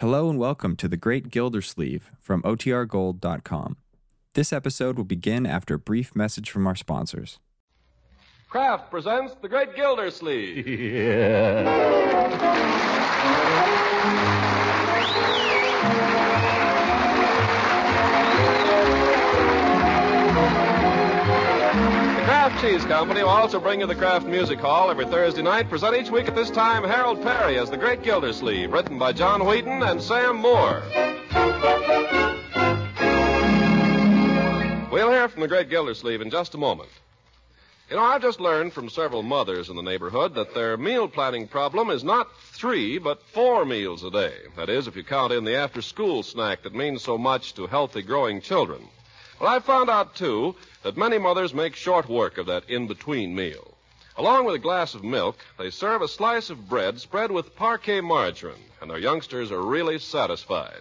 Hello and welcome to The Great Gildersleeve from OTRGold.com. This episode will begin after a brief message from our sponsors. Kraft presents The Great Gildersleeve. The Kraft Cheese Company will also bring you the Kraft Music Hall every Thursday night. Present each week at this time Harold Perry as The Great Gildersleeve, written by John Wheaton and Sam Moore. We'll hear from The Great Gildersleeve in just a moment. You know, I've just learned from several mothers in the neighborhood that their meal planning problem is not three, but four meals a day. That is, if you count in the after school snack that means so much to healthy growing children. Well, I found out, too, that many mothers make short work of that in between meal. Along with a glass of milk, they serve a slice of bread spread with parquet margarine, and their youngsters are really satisfied.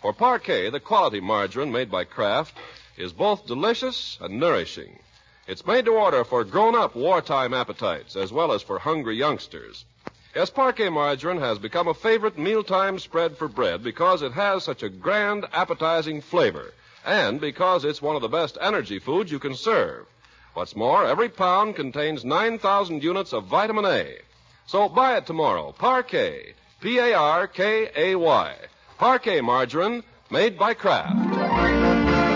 For parquet, the quality margarine made by Kraft is both delicious and nourishing. It's made to order for grown up wartime appetites as well as for hungry youngsters. Yes, parquet margarine has become a favorite mealtime spread for bread because it has such a grand, appetizing flavor and because it's one of the best energy foods you can serve. What's more, every pound contains 9,000 units of vitamin A. So buy it tomorrow. Parquet. P A R K A Y. Parquet margarine made by Kraft.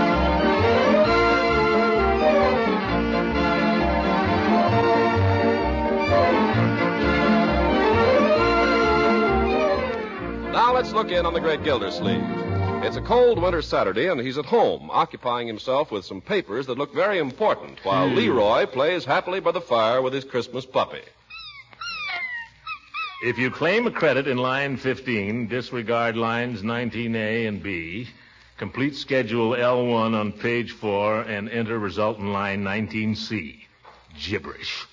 Now let's look in on the great Gildersleeve. It's a cold winter Saturday, and he's at home, occupying himself with some papers that look very important, while Leroy plays happily by the fire with his Christmas puppy. If you claim a credit in line 15, disregard lines 19A and B. Complete schedule L1 on page 4 and enter result in line 19C. Gibberish.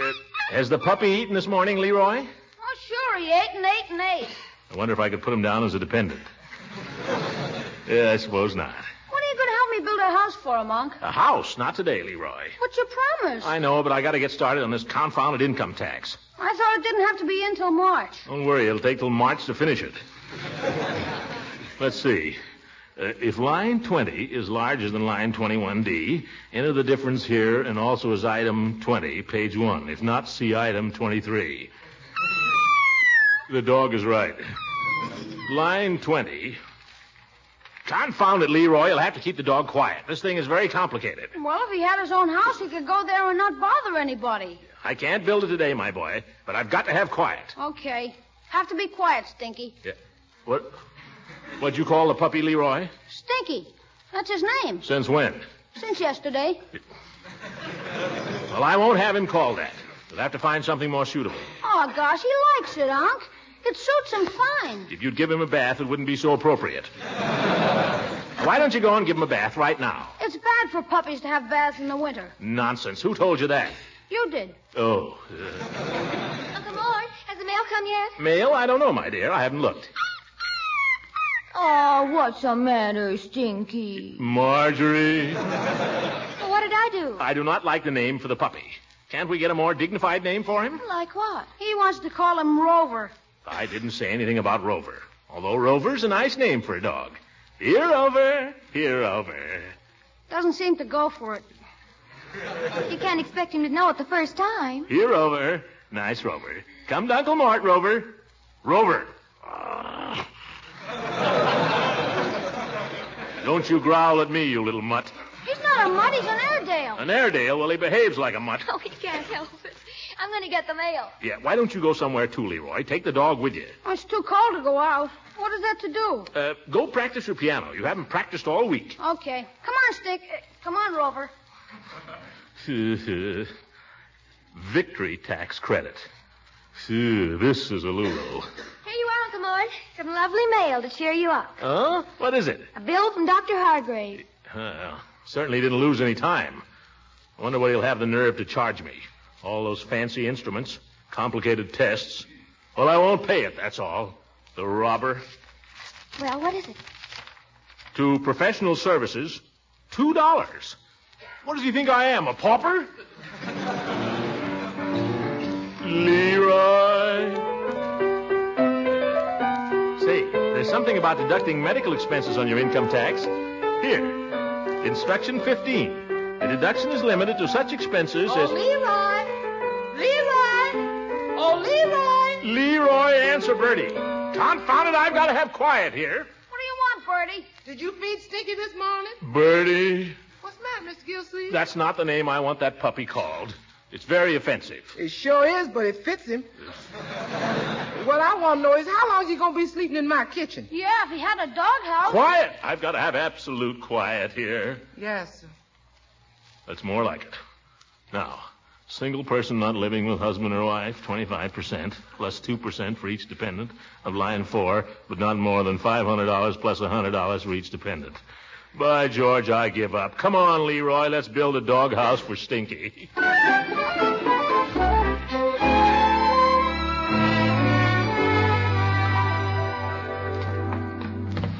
Uh, has the puppy eaten this morning, Leroy? Oh, sure, he ate and ate and ate. I wonder if I could put him down as a dependent. yeah, I suppose not. When are you going to help me build a house for him, Unc? A house, not today, Leroy. What's your promise? I know, but I gotta get started on this confounded income tax. I thought it didn't have to be in till March. Don't worry, it'll take till March to finish it. Let's see. Uh, if line 20 is larger than line 21D, enter the difference here and also as item 20, page 1. If not, see item 23. The dog is right. Line 20. Confound it, Leroy. You'll have to keep the dog quiet. This thing is very complicated. Well, if he had his own house, he could go there and not bother anybody. I can't build it today, my boy, but I've got to have quiet. Okay. Have to be quiet, Stinky. Yeah. What? What'd you call the puppy, Leroy? Stinky. That's his name. Since when? Since yesterday. Well, I won't have him called that. We'll have to find something more suitable. Oh, gosh, he likes it, Unc. It suits him fine. If you'd give him a bath, it wouldn't be so appropriate. Why don't you go and give him a bath right now? It's bad for puppies to have baths in the winter. Nonsense. Who told you that? You did. Oh. uh, Uncle Mort, has the mail come yet? mail? I don't know, my dear. I haven't looked. Oh, what's the matter, Stinky? Marjorie. Well, what did I do? I do not like the name for the puppy. Can't we get a more dignified name for him? Like what? He wants to call him Rover. I didn't say anything about Rover. Although Rover's a nice name for a dog. Here, Rover. Here, Rover. Doesn't seem to go for it. You can't expect him to know it the first time. Here, Rover. Nice, Rover. Come to Uncle Mort, Rover. Rover. Don't you growl at me, you little mutt. He's not a mutt, he's an Airedale. An Airedale, well, he behaves like a mutt. Oh, he can't help it. I'm going to get the mail. Yeah, why don't you go somewhere too, Leroy? Take the dog with you. it's too cold to go out. What is that to do? Uh, go practice your piano. You haven't practiced all week. Okay. Come on, Stick. Uh, Come on, Rover. Victory tax credit. Phew, this is a Lulu. Here you are, Uncle Mort. Some lovely mail to cheer you up. Huh? What is it? A bill from Dr. Hargrave. Uh, certainly didn't lose any time. I wonder what he'll have the nerve to charge me. All those fancy instruments, complicated tests. Well, I won't pay it, that's all. The robber. Well, what is it? To professional services, two dollars. What does he think I am, a pauper? Leroy. there's something about deducting medical expenses on your income tax. Here, instruction 15. The deduction is limited to such expenses Oh, as. Leroy! Leroy! Oh, Leroy! Leroy, answer Bertie. Confound it, I've got to have quiet here. What do you want, Bertie? Did you feed Stinky this morning? Bertie. What's the matter, Mr. Gilsleeve? That's not the name I want that puppy called. It's very offensive. It sure is, but it fits him. what I want to know is how long is he going to be sleeping in my kitchen? Yeah, if he had a doghouse. Quiet! I've got to have absolute quiet here. Yes, sir. That's more like it. Now, single person not living with husband or wife, 25%, plus 2% for each dependent of line four, but not more than $500 plus $100 for each dependent. By George, I give up. Come on, Leroy, let's build a doghouse for Stinky.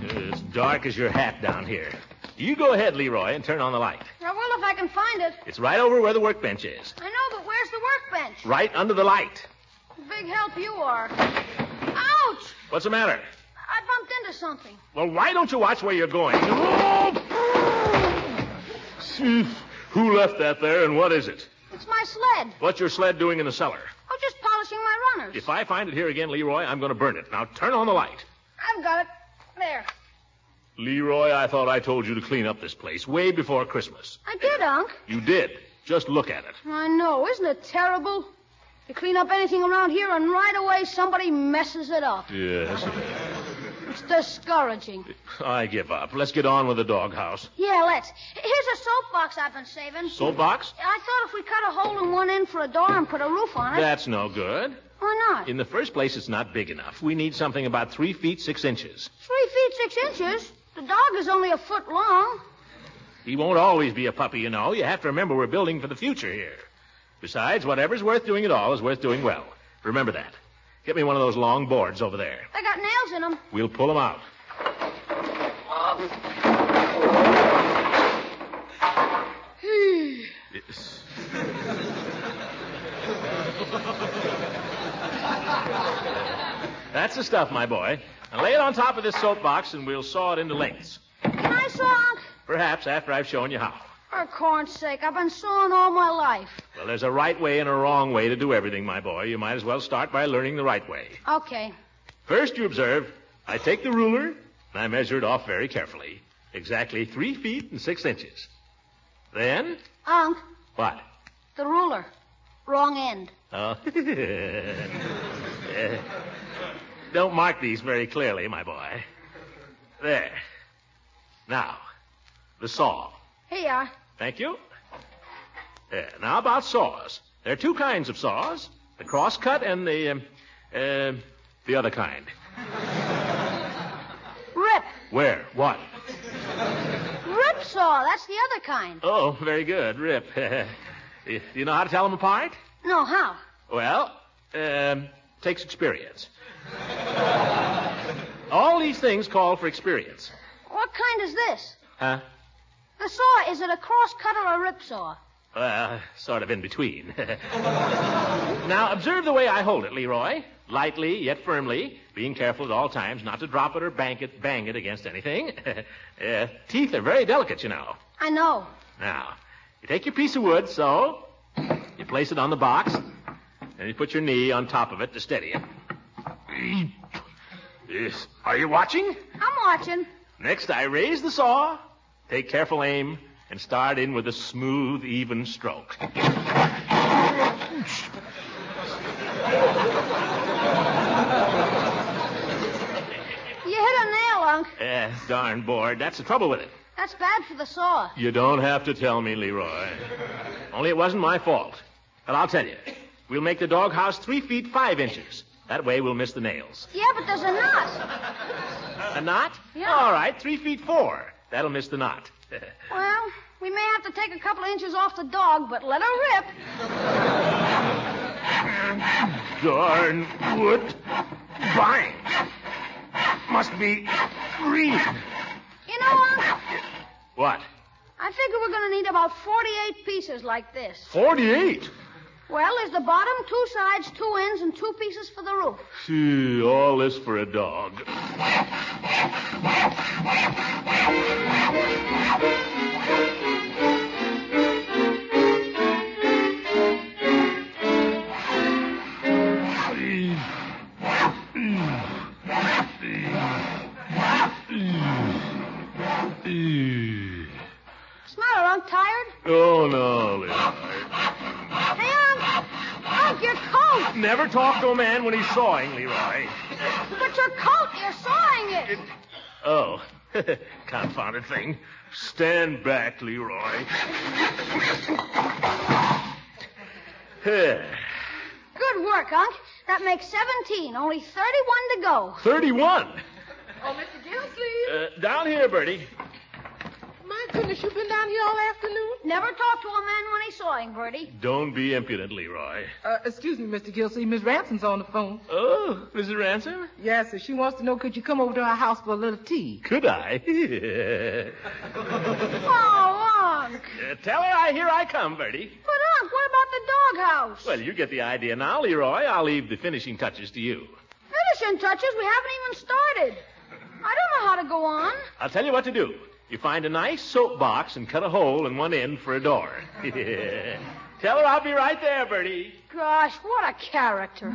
it's dark as your hat down here. You go ahead, Leroy, and turn on the light. I will if I can find it. It's right over where the workbench is. I know, but where's the workbench? Right under the light. Big help you are. Ouch! What's the matter? I bumped into something. Well, why don't you watch where you're going? Oh! Who left that there and what is it? It's my sled. What's your sled doing in the cellar? I'm just polishing my runners. If I find it here again, Leroy, I'm going to burn it. Now turn on the light. I've got it. There. Leroy, I thought I told you to clean up this place way before Christmas. I did, Unc. You did. Just look at it. I know. Isn't it terrible? You clean up anything around here, and right away somebody messes it up. Yes. It's discouraging. I give up. Let's get on with the doghouse. Yeah, let's. Here's a soapbox I've been saving. Soapbox? I thought if we cut a hole in one end for a door and put a roof on it, That's no good. why not? In the first place, it's not big enough. We need something about three feet six inches. Three feet six inches. The dog is only a foot long. He won't always be a puppy, you know. You have to remember we're building for the future here. Besides, whatever's worth doing at all is worth doing well. Remember that. Get me one of those long boards over there. They got nails in them. We'll pull them out. Yes. That's the stuff, my boy. Now lay it on top of this soapbox and we'll saw it into lengths. Can I saw, Unc? Perhaps after I've shown you how. For corn's sake, I've been sawing all my life. Well, there's a right way and a wrong way to do everything, my boy. You might as well start by learning the right way. Okay. First, you observe, I take the ruler and I measure it off very carefully. Exactly three feet and six inches. Then, Unc, what? the ruler. Wrong end. Oh. Eh, Don't mark these very clearly, my boy. There. Now, the saw. Here you are. Thank you. Uh, now about saws. There are two kinds of saws: the crosscut and the um, uh, the other kind. Rip. Where? What? Rip saw. That's the other kind. Oh, very good, Rip. you you know how to tell them apart? No, how? Well, um, takes experience. All these things call for experience, What kind is this? huh? The saw, is it a cross cut or a rip saw? Well, sort of in between. now, observe the way I hold it, Leroy. Lightly, yet firmly, being careful at all times not to drop it or bank it, bang it against anything. uh, teeth are very delicate, you know. I know. Now, you take your piece of wood, so, you place it on the box, and you put your knee on top of it to steady it. Yes. Are you watching? I'm watching. Next, I raise the saw, take careful aim, and start in with a smooth, even stroke. You hit a nail, Unc. Eh, darn bored. That's the trouble with it. That's bad for the saw. You don't have to tell me, Leroy. Only it wasn't my fault. But I'll tell you. We'll make the doghouse three feet five inches. That way we'll miss the nails. Yeah, but there's a knot. A knot? Yeah. All right, three feet four. That'll miss the knot. Well, we may have to take a couple of inches off the dog, but let her rip. Darn wood. Fine. Must be green. You know, Unc, What? I figure we're going to need about 48 pieces like this. Forty-eight. Well, there's the bottom, two sides, two ends, and two pieces for the roof. Gee, all this for a dog. Smile, Unc. Tired? Oh, no, Leon. Hey, Unc. Unc, your coat. Never talk to a man when he's sawing, Leroy. But your coat, you're sawing it. Oh, confounded thing. Stand back, Leroy. Good work, Unc. That makes 17. Only 31 to go. 31. Oh, Mr. Gildersleeve. Uh, down here, Bertie. My goodness, you've been down here all afternoon? Never talk to a man when he's sawing, Bertie. Don't be impudent, Leroy. Uh, excuse me, Mr. Gildersleeve. Miss Ransom's on the phone. Oh, Mrs. Ransom? Yes, if she wants to know, could you come over to her house for a little tea? Could I? Oh, Unc. Uh, tell her I here I come, Bertie. But, Unc, what about the doghouse? Well, you get the idea now, Leroy. I'll leave the finishing touches to you. Finishing touches, we haven't even started. I don't know how to go on. I'll tell you what to do. You find a nice soap box and cut a hole in one end for a door. Tell her I'll be right there, Bertie. Gosh, what a character.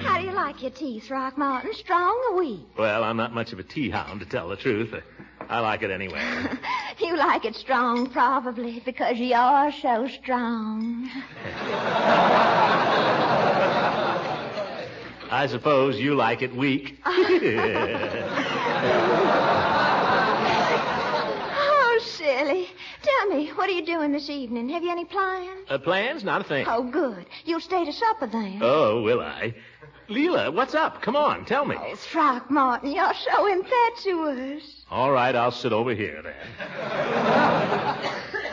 How do you like your tea, Throckmorton? Strong or weak? Well, I'm not much of a tea hound, to tell the truth. I like it anyway. You like it strong, probably, because you're so strong. I suppose you like it weak. Oh, silly. Tell me, what are you doing this evening? Have you any plans? Uh, plans? Not a thing. Oh, good. You'll stay to supper then. Oh, will I? Leela, what's up? Come on, tell me. Oh, Throckmorton, you're so impetuous. All right, I'll sit over here then.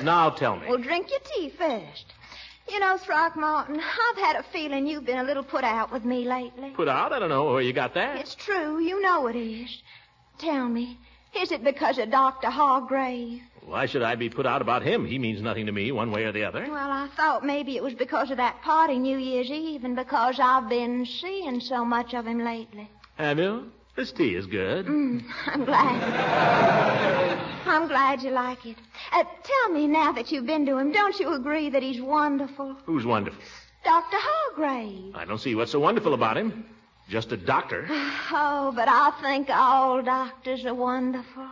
now tell me. Well, drink your tea first. You know, Throckmorton, I've had a feeling you've been a little put out with me lately. Put out? I don't know where you got that. It's true. You know it is. Tell me, is it because of Dr. Hargrave? Why should I be put out about him? He means nothing to me, one way or the other. Well, I thought maybe it was because of that party New Year's Eve and because I've been seeing so much of him lately. Hmm, Have you? This tea is good. I'm glad. I'm glad you like it. Uh, tell me now that you've been to him, don't you agree that he's wonderful? Who's wonderful? Dr. Hargrave. I don't see what's so wonderful about him. Just a doctor. Oh, but I think all doctors are wonderful.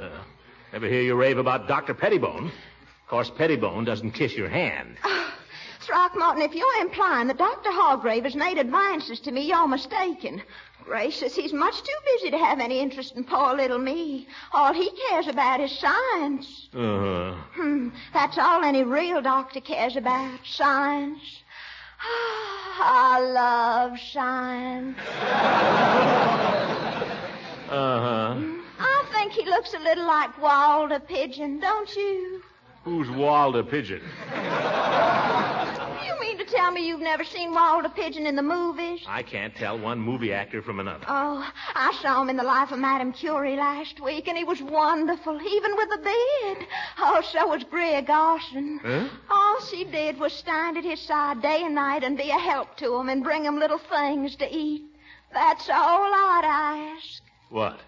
Uh, ever hear you rave about Dr. Pettibone? Of course, Pettibone doesn't kiss your hand. Throckmorton, if you're implying that Dr. Hargrave has made advances to me, you're mistaken. Gracious, he's much too busy to have any interest in poor little me. All he cares about is science. Uh, Hmm, that's all any real doctor cares about, science. I love science. uh-huh. I think he looks a little like Walter Pigeon, don't you? Who's Walder Pigeon? You mean to tell me you've never seen Walter Pigeon in the movies? I can't tell one movie actor from another. Oh, I saw him in the life of Madame Curie last week, and he was wonderful, even with a beard. Oh, so was Greer Garson. Huh? All she did was stand at his side day and night and be a help to him and bring him little things to eat. That's all I'd ask. What?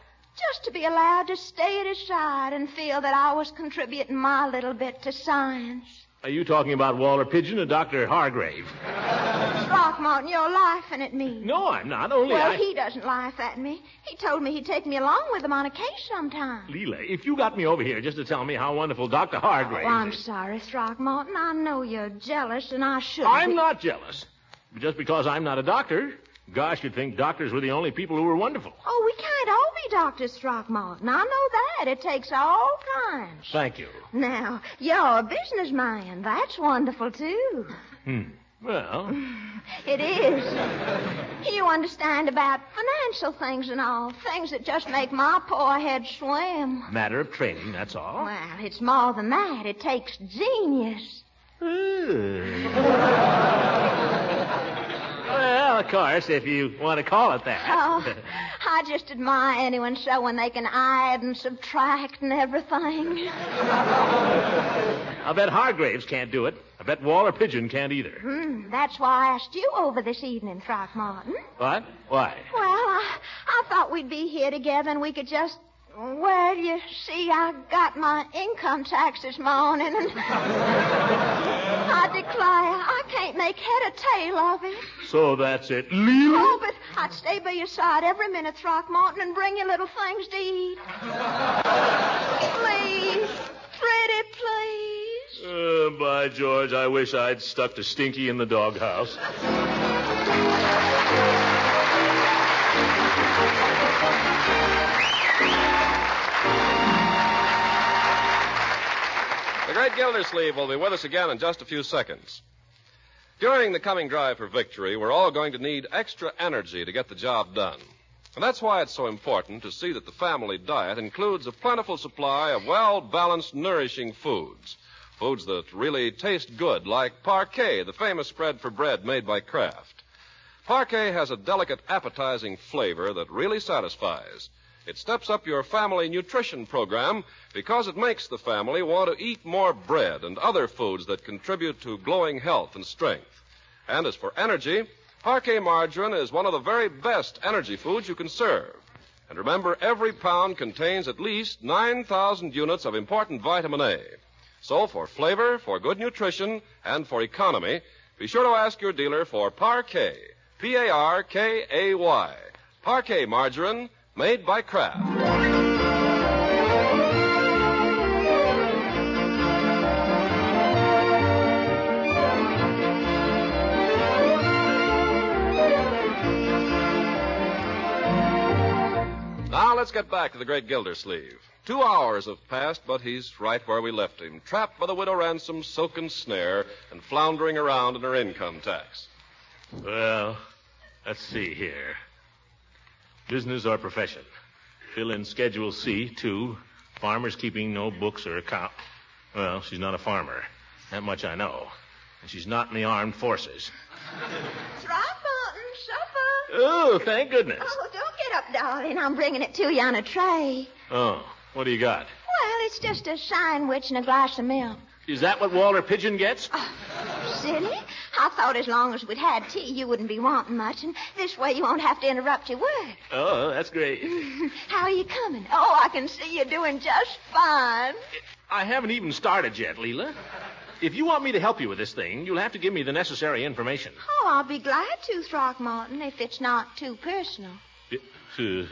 Just to be allowed to stay at his side and feel that I was contributing my little bit to science. Are you talking about Walter Pigeon or Dr. Hargrave? Throckmorton, you're laughing at me. No, I'm not. Only Well, I... he doesn't laugh at me. He told me he'd take me along with him on a case sometime. Leela, if you got me over here just to tell me how wonderful Dr. Oh, Hargrave I'm is. sorry, Throckmorton. I know you're jealous, and I should. I'm not jealous. Just because I'm not a doctor, gosh, you'd think doctors were the only people who were wonderful. Oh, we can't all be doctors, Throckmorton. I know that. It takes all kinds. Thank you. Now, you're a businessman. That's wonderful, too. Well, It is. You understand about financial things and all, things that just make my poor head swim. matter of training, that's all. Well, it's more than that. It takes genius. Well, Well, of course, if you want to call it that. Oh, I just admire anyone so when they can add and subtract and everything. I bet Hargraves can't do it. I bet Waller Pigeon can't either. Hmm, that's why I asked you over this evening, Throckmorton. What? Why? Well, I, I thought we'd be here together and we could just. Well, you see, I got my income tax this morning and. I declare, I can't make head or tail of it. So that's it. Leland? Oh, but I'd stay by your side every minute, Throckmorton, and bring you little things to eat. please. Pretty, please. Uh, by George, I wish I'd stuck to Stinky in the doghouse. The great Gildersleeve will be with us again in just a few seconds. During the coming drive for victory, we're all going to need extra energy to get the job done. And that's why it's so important to see that the family diet includes a plentiful supply of well balanced, nourishing foods. Foods that really taste good, like parquet, the famous spread for bread made by Kraft. Parquet has a delicate, appetizing flavor that really satisfies. It steps up your family nutrition program because it makes the family want to eat more bread and other foods that contribute to glowing health and strength. And as for energy, parquet margarine is one of the very best energy foods you can serve. And remember, every pound contains at least 9,000 units of important vitamin A. So for flavor, for good nutrition, and for economy, be sure to ask your dealer for Parquet. P-A-R-K-A-Y. Parquet margarine made by Kraft. Now let's get back to the great Gildersleeve. Two hours have passed, but he's right where we left him, trapped by the widow Ransom's silken snare and floundering around in her income tax. Well, let's see here. Business or profession? Fill in Schedule C, 2. Farmers keeping no books or account. Well, she's not a farmer. That much I know. And she's not in the armed forces. Throckmorton, supper. Oh, thank goodness. Oh, don't get up, darling. I'm bringing it to you on a tray. Oh, what do you got? Well, it's just a sandwich and a glass of milk. Is that what Walter Pigeon gets? Silly. I thought as long as we'd had tea, you wouldn't be wanting much, and this way you won't have to interrupt your work. Oh, that's great. How are you coming? Oh, I can see you're doing just fine. I haven't even started yet, Leela. If you want me to help you with this thing, you'll have to give me the necessary information. Oh, I'll be glad to, Throckmorton, if it's not too personal. to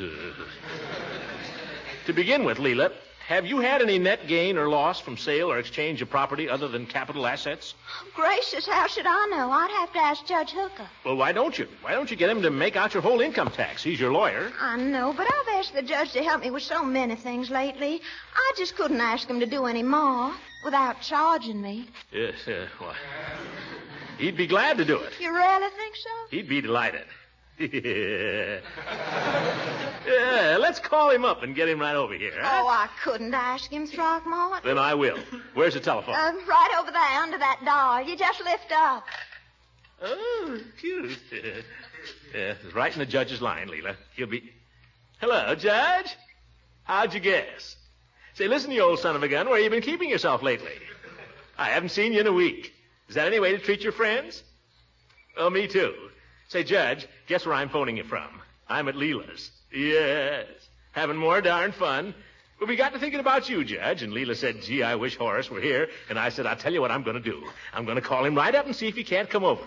begin with, Leela, have you had any net gain or loss from sale or exchange of property other than capital assets? Oh, Gracious, how should I know? I'd have to ask Judge Hooker. Well, why don't you? Why don't you get him to make out your whole income tax? He's your lawyer. I know, but I've asked the judge to help me with so many things lately. I just couldn't ask him to do any more without charging me. Yes, uh, why? He'd be glad to do it. You really think so? He'd be delighted. yeah, let's call him up and get him right over here. huh? Oh, I couldn't ask him, Throckmorton. Then I will. Where's the telephone? Uh, right over there under that door. You just lift up. Oh, cute. yeah, right in the judge's line, Leela. He'll be. Hello, Judge. How'd you guess? Say, listen, you old son of a gun, where you been keeping yourself lately? I haven't seen you in a week. Is that any way to treat your friends? Oh, me too. Say, Judge, guess where I'm phoning you from? I'm at Leela's. Yes. Having more darn fun. But we got to thinking about you, Judge, and Leela said, gee, I wish Horace were here. And I said, I'll tell you what I'm going to do. I'm going to call him right up and see if he can't come over.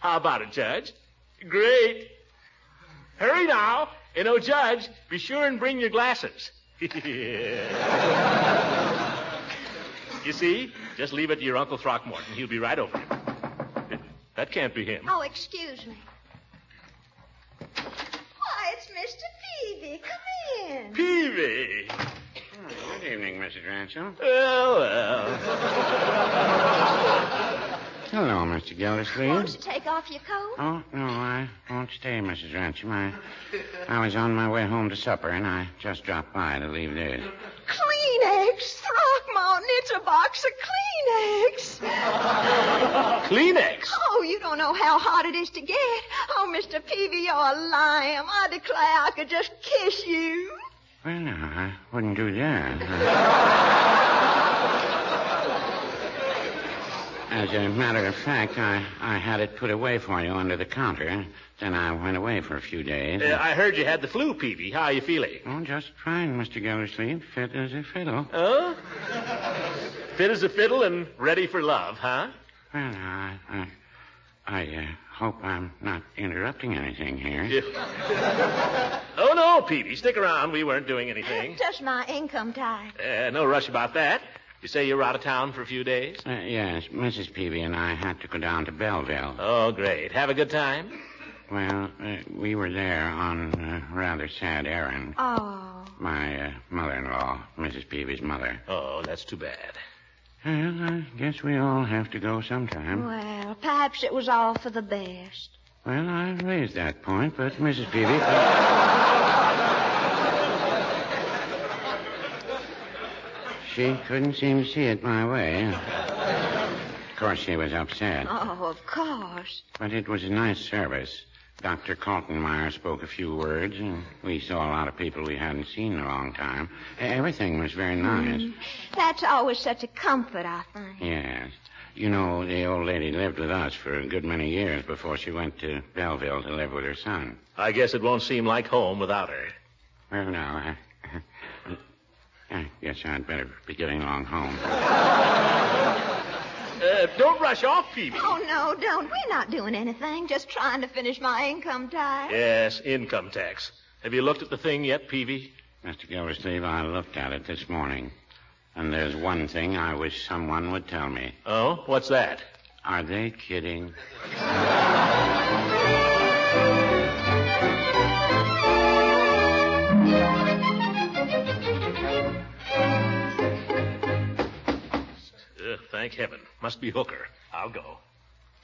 How about it, Judge? Great. Hurry now. And oh, Judge, be sure and bring your glasses. you see? Just leave it to your Uncle Throckmorton. He'll be right over. That can't be him. Oh, excuse me. Why, it's Mr. Peavy. Come in. Peavy! Good evening, Mrs. Ransom. Well, well. Hello, Mr. Won't you Gildersleeve. take off your coat? Oh, no, I won't stay, Mrs. Ransom. I, I was on my way home to supper, and I just dropped by to leave this. Kleenex, Oh, Throckmorton, it's a box of Kleenex. Kleenex. Oh, you don't don't know how hard it is to get. Oh, Mr. Peavy, you're a lamb. I declare I could just kiss you. Well, no, I wouldn't do that. As a matter of fact, I, I had it put away for you under the counter. Then I went away for a few days. Uh, I heard you had the flu, Peavy. How are you feeling? Oh, just fine, Mr. Gildersleeve. Fit as a fiddle. Huh? Fit as a fiddle and ready for love, huh? Well, no, I, I, I uh, hope I'm not interrupting anything here. Yeah. oh, no, Peavy. Stick around. We weren't doing anything. Just my income tax. Uh, no rush about that. You say you were out of town for a few days? Uh, yes, Mrs. Peavy and I had to go down to Belleville. Oh, great. Have a good time. Well, uh, we were there on a rather sad errand. Oh. My uh, mother-in-law, Mrs. Peavy's mother. Oh, that's too bad. Well, I guess we all have to go sometime. Well, perhaps it was all for the best. Well, I raised that point, but Mrs. Peavy. uh, she couldn't seem to see it my way. Of course, she was upset. Oh, of course. But it was a nice service. Dr. Kaltenmeyer spoke a few words, and we saw a lot of people we hadn't seen in a long time. E- Everything was very nice. That's always such a comfort, I think. Yes. You know, the old lady lived with us for a good many years before she went to Belleville to live with her son. I guess it won't seem like home without her. Well, no, I, I guess I'd better be getting along home. Uh, don't rush off, Peavy. Oh, no, don't. We're not doing anything. Just trying to finish my income tax. Yes, income tax. Have you looked at the thing yet, Peavy? Mr. Gildersleeve, I looked at it this morning, and there's one thing I wish someone would tell me. Oh, what's that? Are they kidding? Uh, thank heaven. Must be Hooker. I'll go.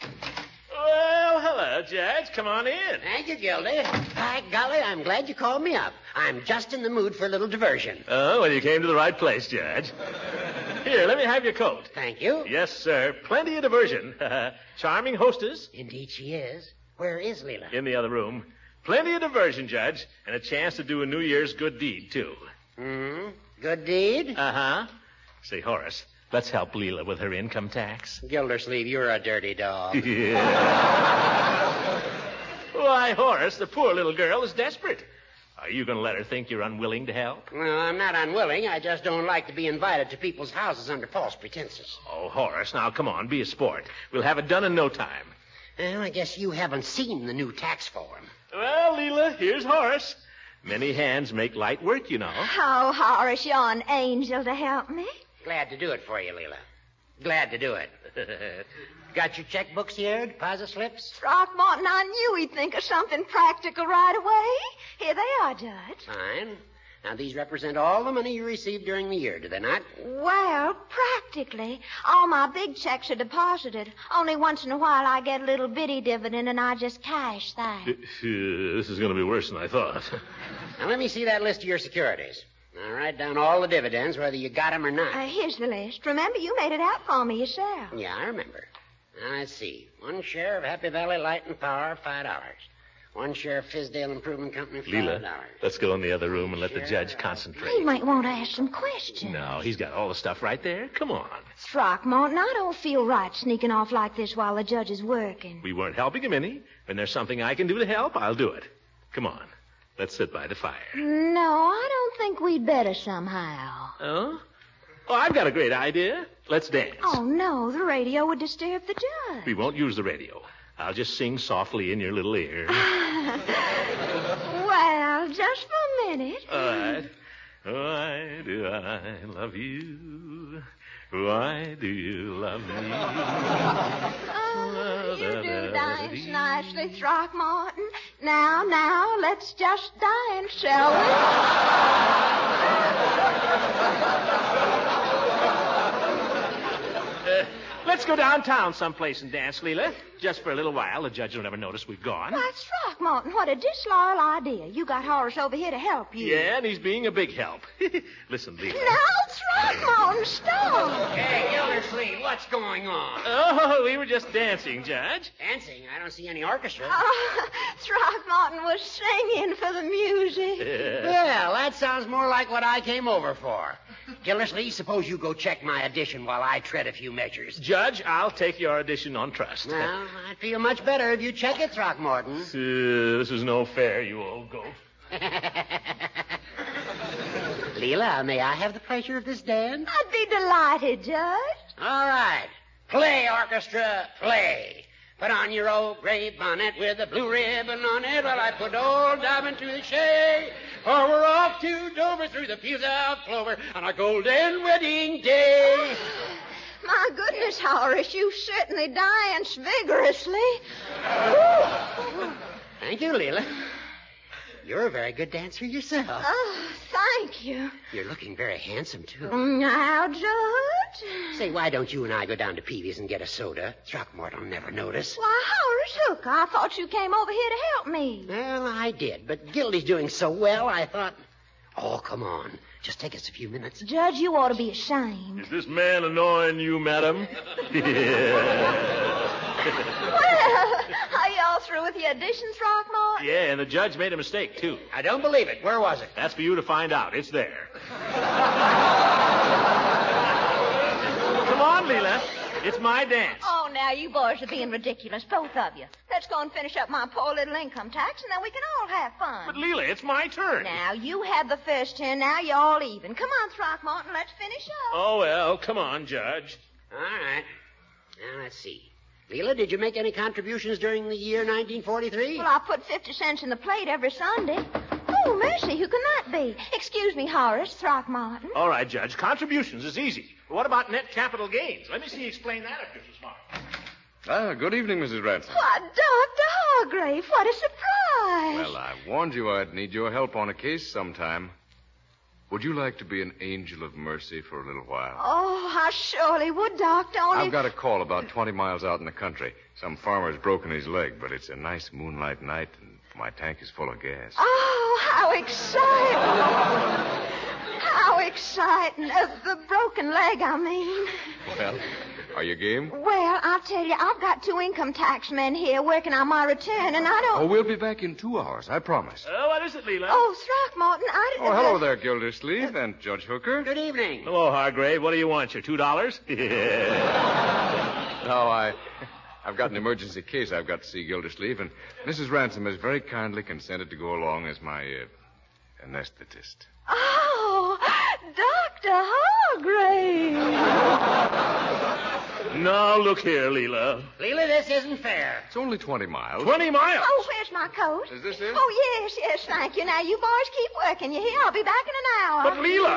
Well, hello, Judge. Come on in. Thank you, Gildy. By golly, I'm glad you called me up. I'm just in the mood for a little diversion. Oh, well, you came to the right place, Judge. Here, let me have your coat. Thank you. Yes, sir. Plenty of diversion. Charming hostess Indeed, she is. Where is Leela? in the other room. Plenty of diversion, Judge, and a chance to do a New Year's good deed, too. Hmm. Good deed. Uh huh. Say, Horace, let's help Leela with her income tax. Gildersleeve, you're a dirty dog. Why, Horace, the poor little girl is desperate. Are you going to let her think you're unwilling to help? well, I'm not unwilling. I just don't like to be invited to people's houses under false pretenses. Oh, Horace, now come on, be a sport. We'll have it done in no time. Well, I guess you haven't seen the new tax form. Well, Leela, here's Horace. Many hands make light work, you know. Oh, Horace, you're an angel to help me. Glad to do it for you, Leela. Glad to do it. Got your checkbooks here? Deposit slips? Throckmorton, I knew he'd think of something practical right away. Here they are, Judge. Fine. Now, these represent all the money you received during the year, do they not? Well, practically. All my big checks are deposited. Only once in a while I get a little bitty dividend and I just cash that. This is going to be worse than I thought. Now, let me see that list of your securities. Now, write down all the dividends, whether you got 'em or not. Uh, here's the list. Remember, you made it out for me yourself. Yeah, I remember. Now, let's see. One share of Happy Valley Light and Power, $5. One share of Fizdale Improvement Company, $5. Leela, let's go in the other room and let the Oh, Sure. judge concentrate. He might want to ask some questions. No, he's got all the stuff right there. Come on. Throckmorton, I don't feel right sneaking off like this while the judge is working. We weren't helping him any. When there's something I can do to help, I'll do it. Come on. Let's sit by the fire. No, I don't think we'd better somehow. Oh? Oh, I've got a great idea. Let's dance. Oh, no, the radio would disturb the judge. We won't use the radio. I'll just sing softly in your little ear. Well, just for a minute. All right. Why do I love you? Why do you love me? Oh, you do dance nicely, Throckmorton. Now, now, let's just dance, shall we? Let's go downtown someplace and dance, Leela. Just for a little while. The judge will never notice we've gone. Why, Throckmorton, what a disloyal idea. You got Horace over here to help you. Yeah, and he's being a big help. Listen, Leela. No, Throckmorton, stop. Hey, Gildersleeve, Seriously, what's going on? Oh, we were just dancing, Judge. Dancing? I don't see any orchestra. Oh, Throckmorton was singing for the music. Well, that sounds more like what I came over for. Gildersleeve, suppose you go check my audition while I tread a few measures. Judge, I'll take your audition on trust. Well, I'd feel much better if you check it, Throckmorton. Uh, this is no fair, you old goat. Leela, may I have the pleasure of this dance? I'd be delighted, Judge. All right. Play, orchestra, play. Put on your old gray bonnet with a blue ribbon on it while I put old Dobbin to the shade. For we're off to Dover through the fields of clover on our golden wedding day. My goodness, Horace, you certainly dance vigorously. Whew. Thank you, Leela. You're a very good dancer yourself. Oh, thank you. You're looking very handsome, too. Now, Judge. Say, why don't you and I go down to Peavy's and get a soda? Throckmorton'll never notice. Why, Horace Hooker, I thought you came over here to help me. Well, I did, but Gildy's doing so well, I thought. Oh, come on. Just take us a few minutes. Judge, you ought to be ashamed. Is this man annoying you, madam? Well, are y'all through with the auditions, Throckmorton? yeah, and the judge made a mistake, too. I don't believe it. Where was it? That's for you to find out. It's there. Come on, Leela. It's my dance. Oh, now you boys are being ridiculous, both of you. Let's go and finish up my poor little income tax, and then we can all have But, fun. Leela, it's my turn. Now you have the first ten. Now you're all even. Come on, Throckmorton, let's finish up. Oh, well, come on, Judge. All right. Now, let's see. Leela, did you make any contributions during the year 1943? Well, I put fifty cents in the plate every Sunday. Oh, mercy, who can that be? Excuse me, Horace Throckmorton. All right, Judge. Contributions is easy. But what about net capital gains? Let me see you explain that if you're so smart. Ah, good evening, Mrs. Ransom. Why, Doctor Hargrave, what a surprise! Well, uh, I warned you I'd need your help on a case sometime. Would you like to be an angel of mercy for a little while? Oh, I surely would, Doctor. Only I've got a call about 20 miles out in the country. Some farmer's broken his leg, but it's a nice moonlight night, and my tank is full of gas. Oh, how exciting! how exciting! Uh, the broken leg, I mean. Well, are you game? Well, I'll tell you, I've got two income tax men here working on my return, and I Oh, don't. we'll be back in two hours, I promise. Oh, what is it, Leela? Oh, Throckmorton, I didn't. Oh, hello there, Gildersleeve and Judge Hooker. Good evening. Hello, Hargrave. What do you want? Your two dollars? No, I, I've got an emergency case I've got to see Gildersleeve, and Mrs. Ransom has very kindly consented to go along as my uh, anesthetist. Oh, Doctor Hargrave. now look here, Leela. Leela, this isn't fair. It's only 20 miles. Twenty miles. Oh, where's my coat? Is this it? Oh yes, yes, thank you. Now you boys keep working. You hear? I'll be back in an hour. But Leela.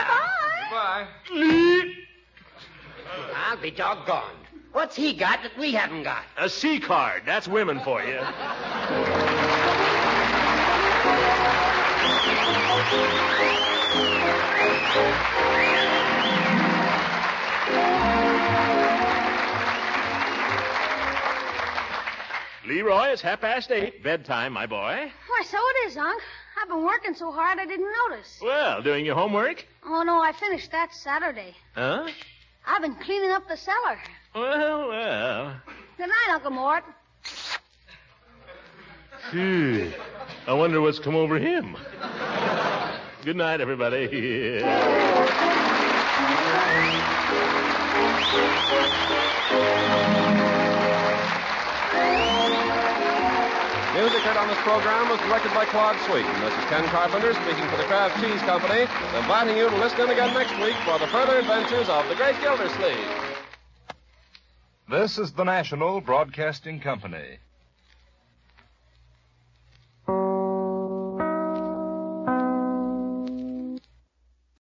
Goodbye. Bye. Le- I'll be doggone. What's he got that we haven't got? A C card. That's women for you. Leroy, it's half past eight. Bedtime, my boy. Why, so it is, Unc. I've been working so hard I didn't notice. Well, doing your homework? Oh, no, I finished that Saturday. Huh? I've been cleaning up the cellar. Well, well. Good night, Uncle Mort. Phew. I wonder what's come over him. Good night, everybody. Music heard on this program was directed by Claude Sweet. And this is Ken Carpenter speaking for the Kraft Cheese Company, inviting you to listen in again next week for the further adventures of the Great Gildersleeve. This is the National Broadcasting Company.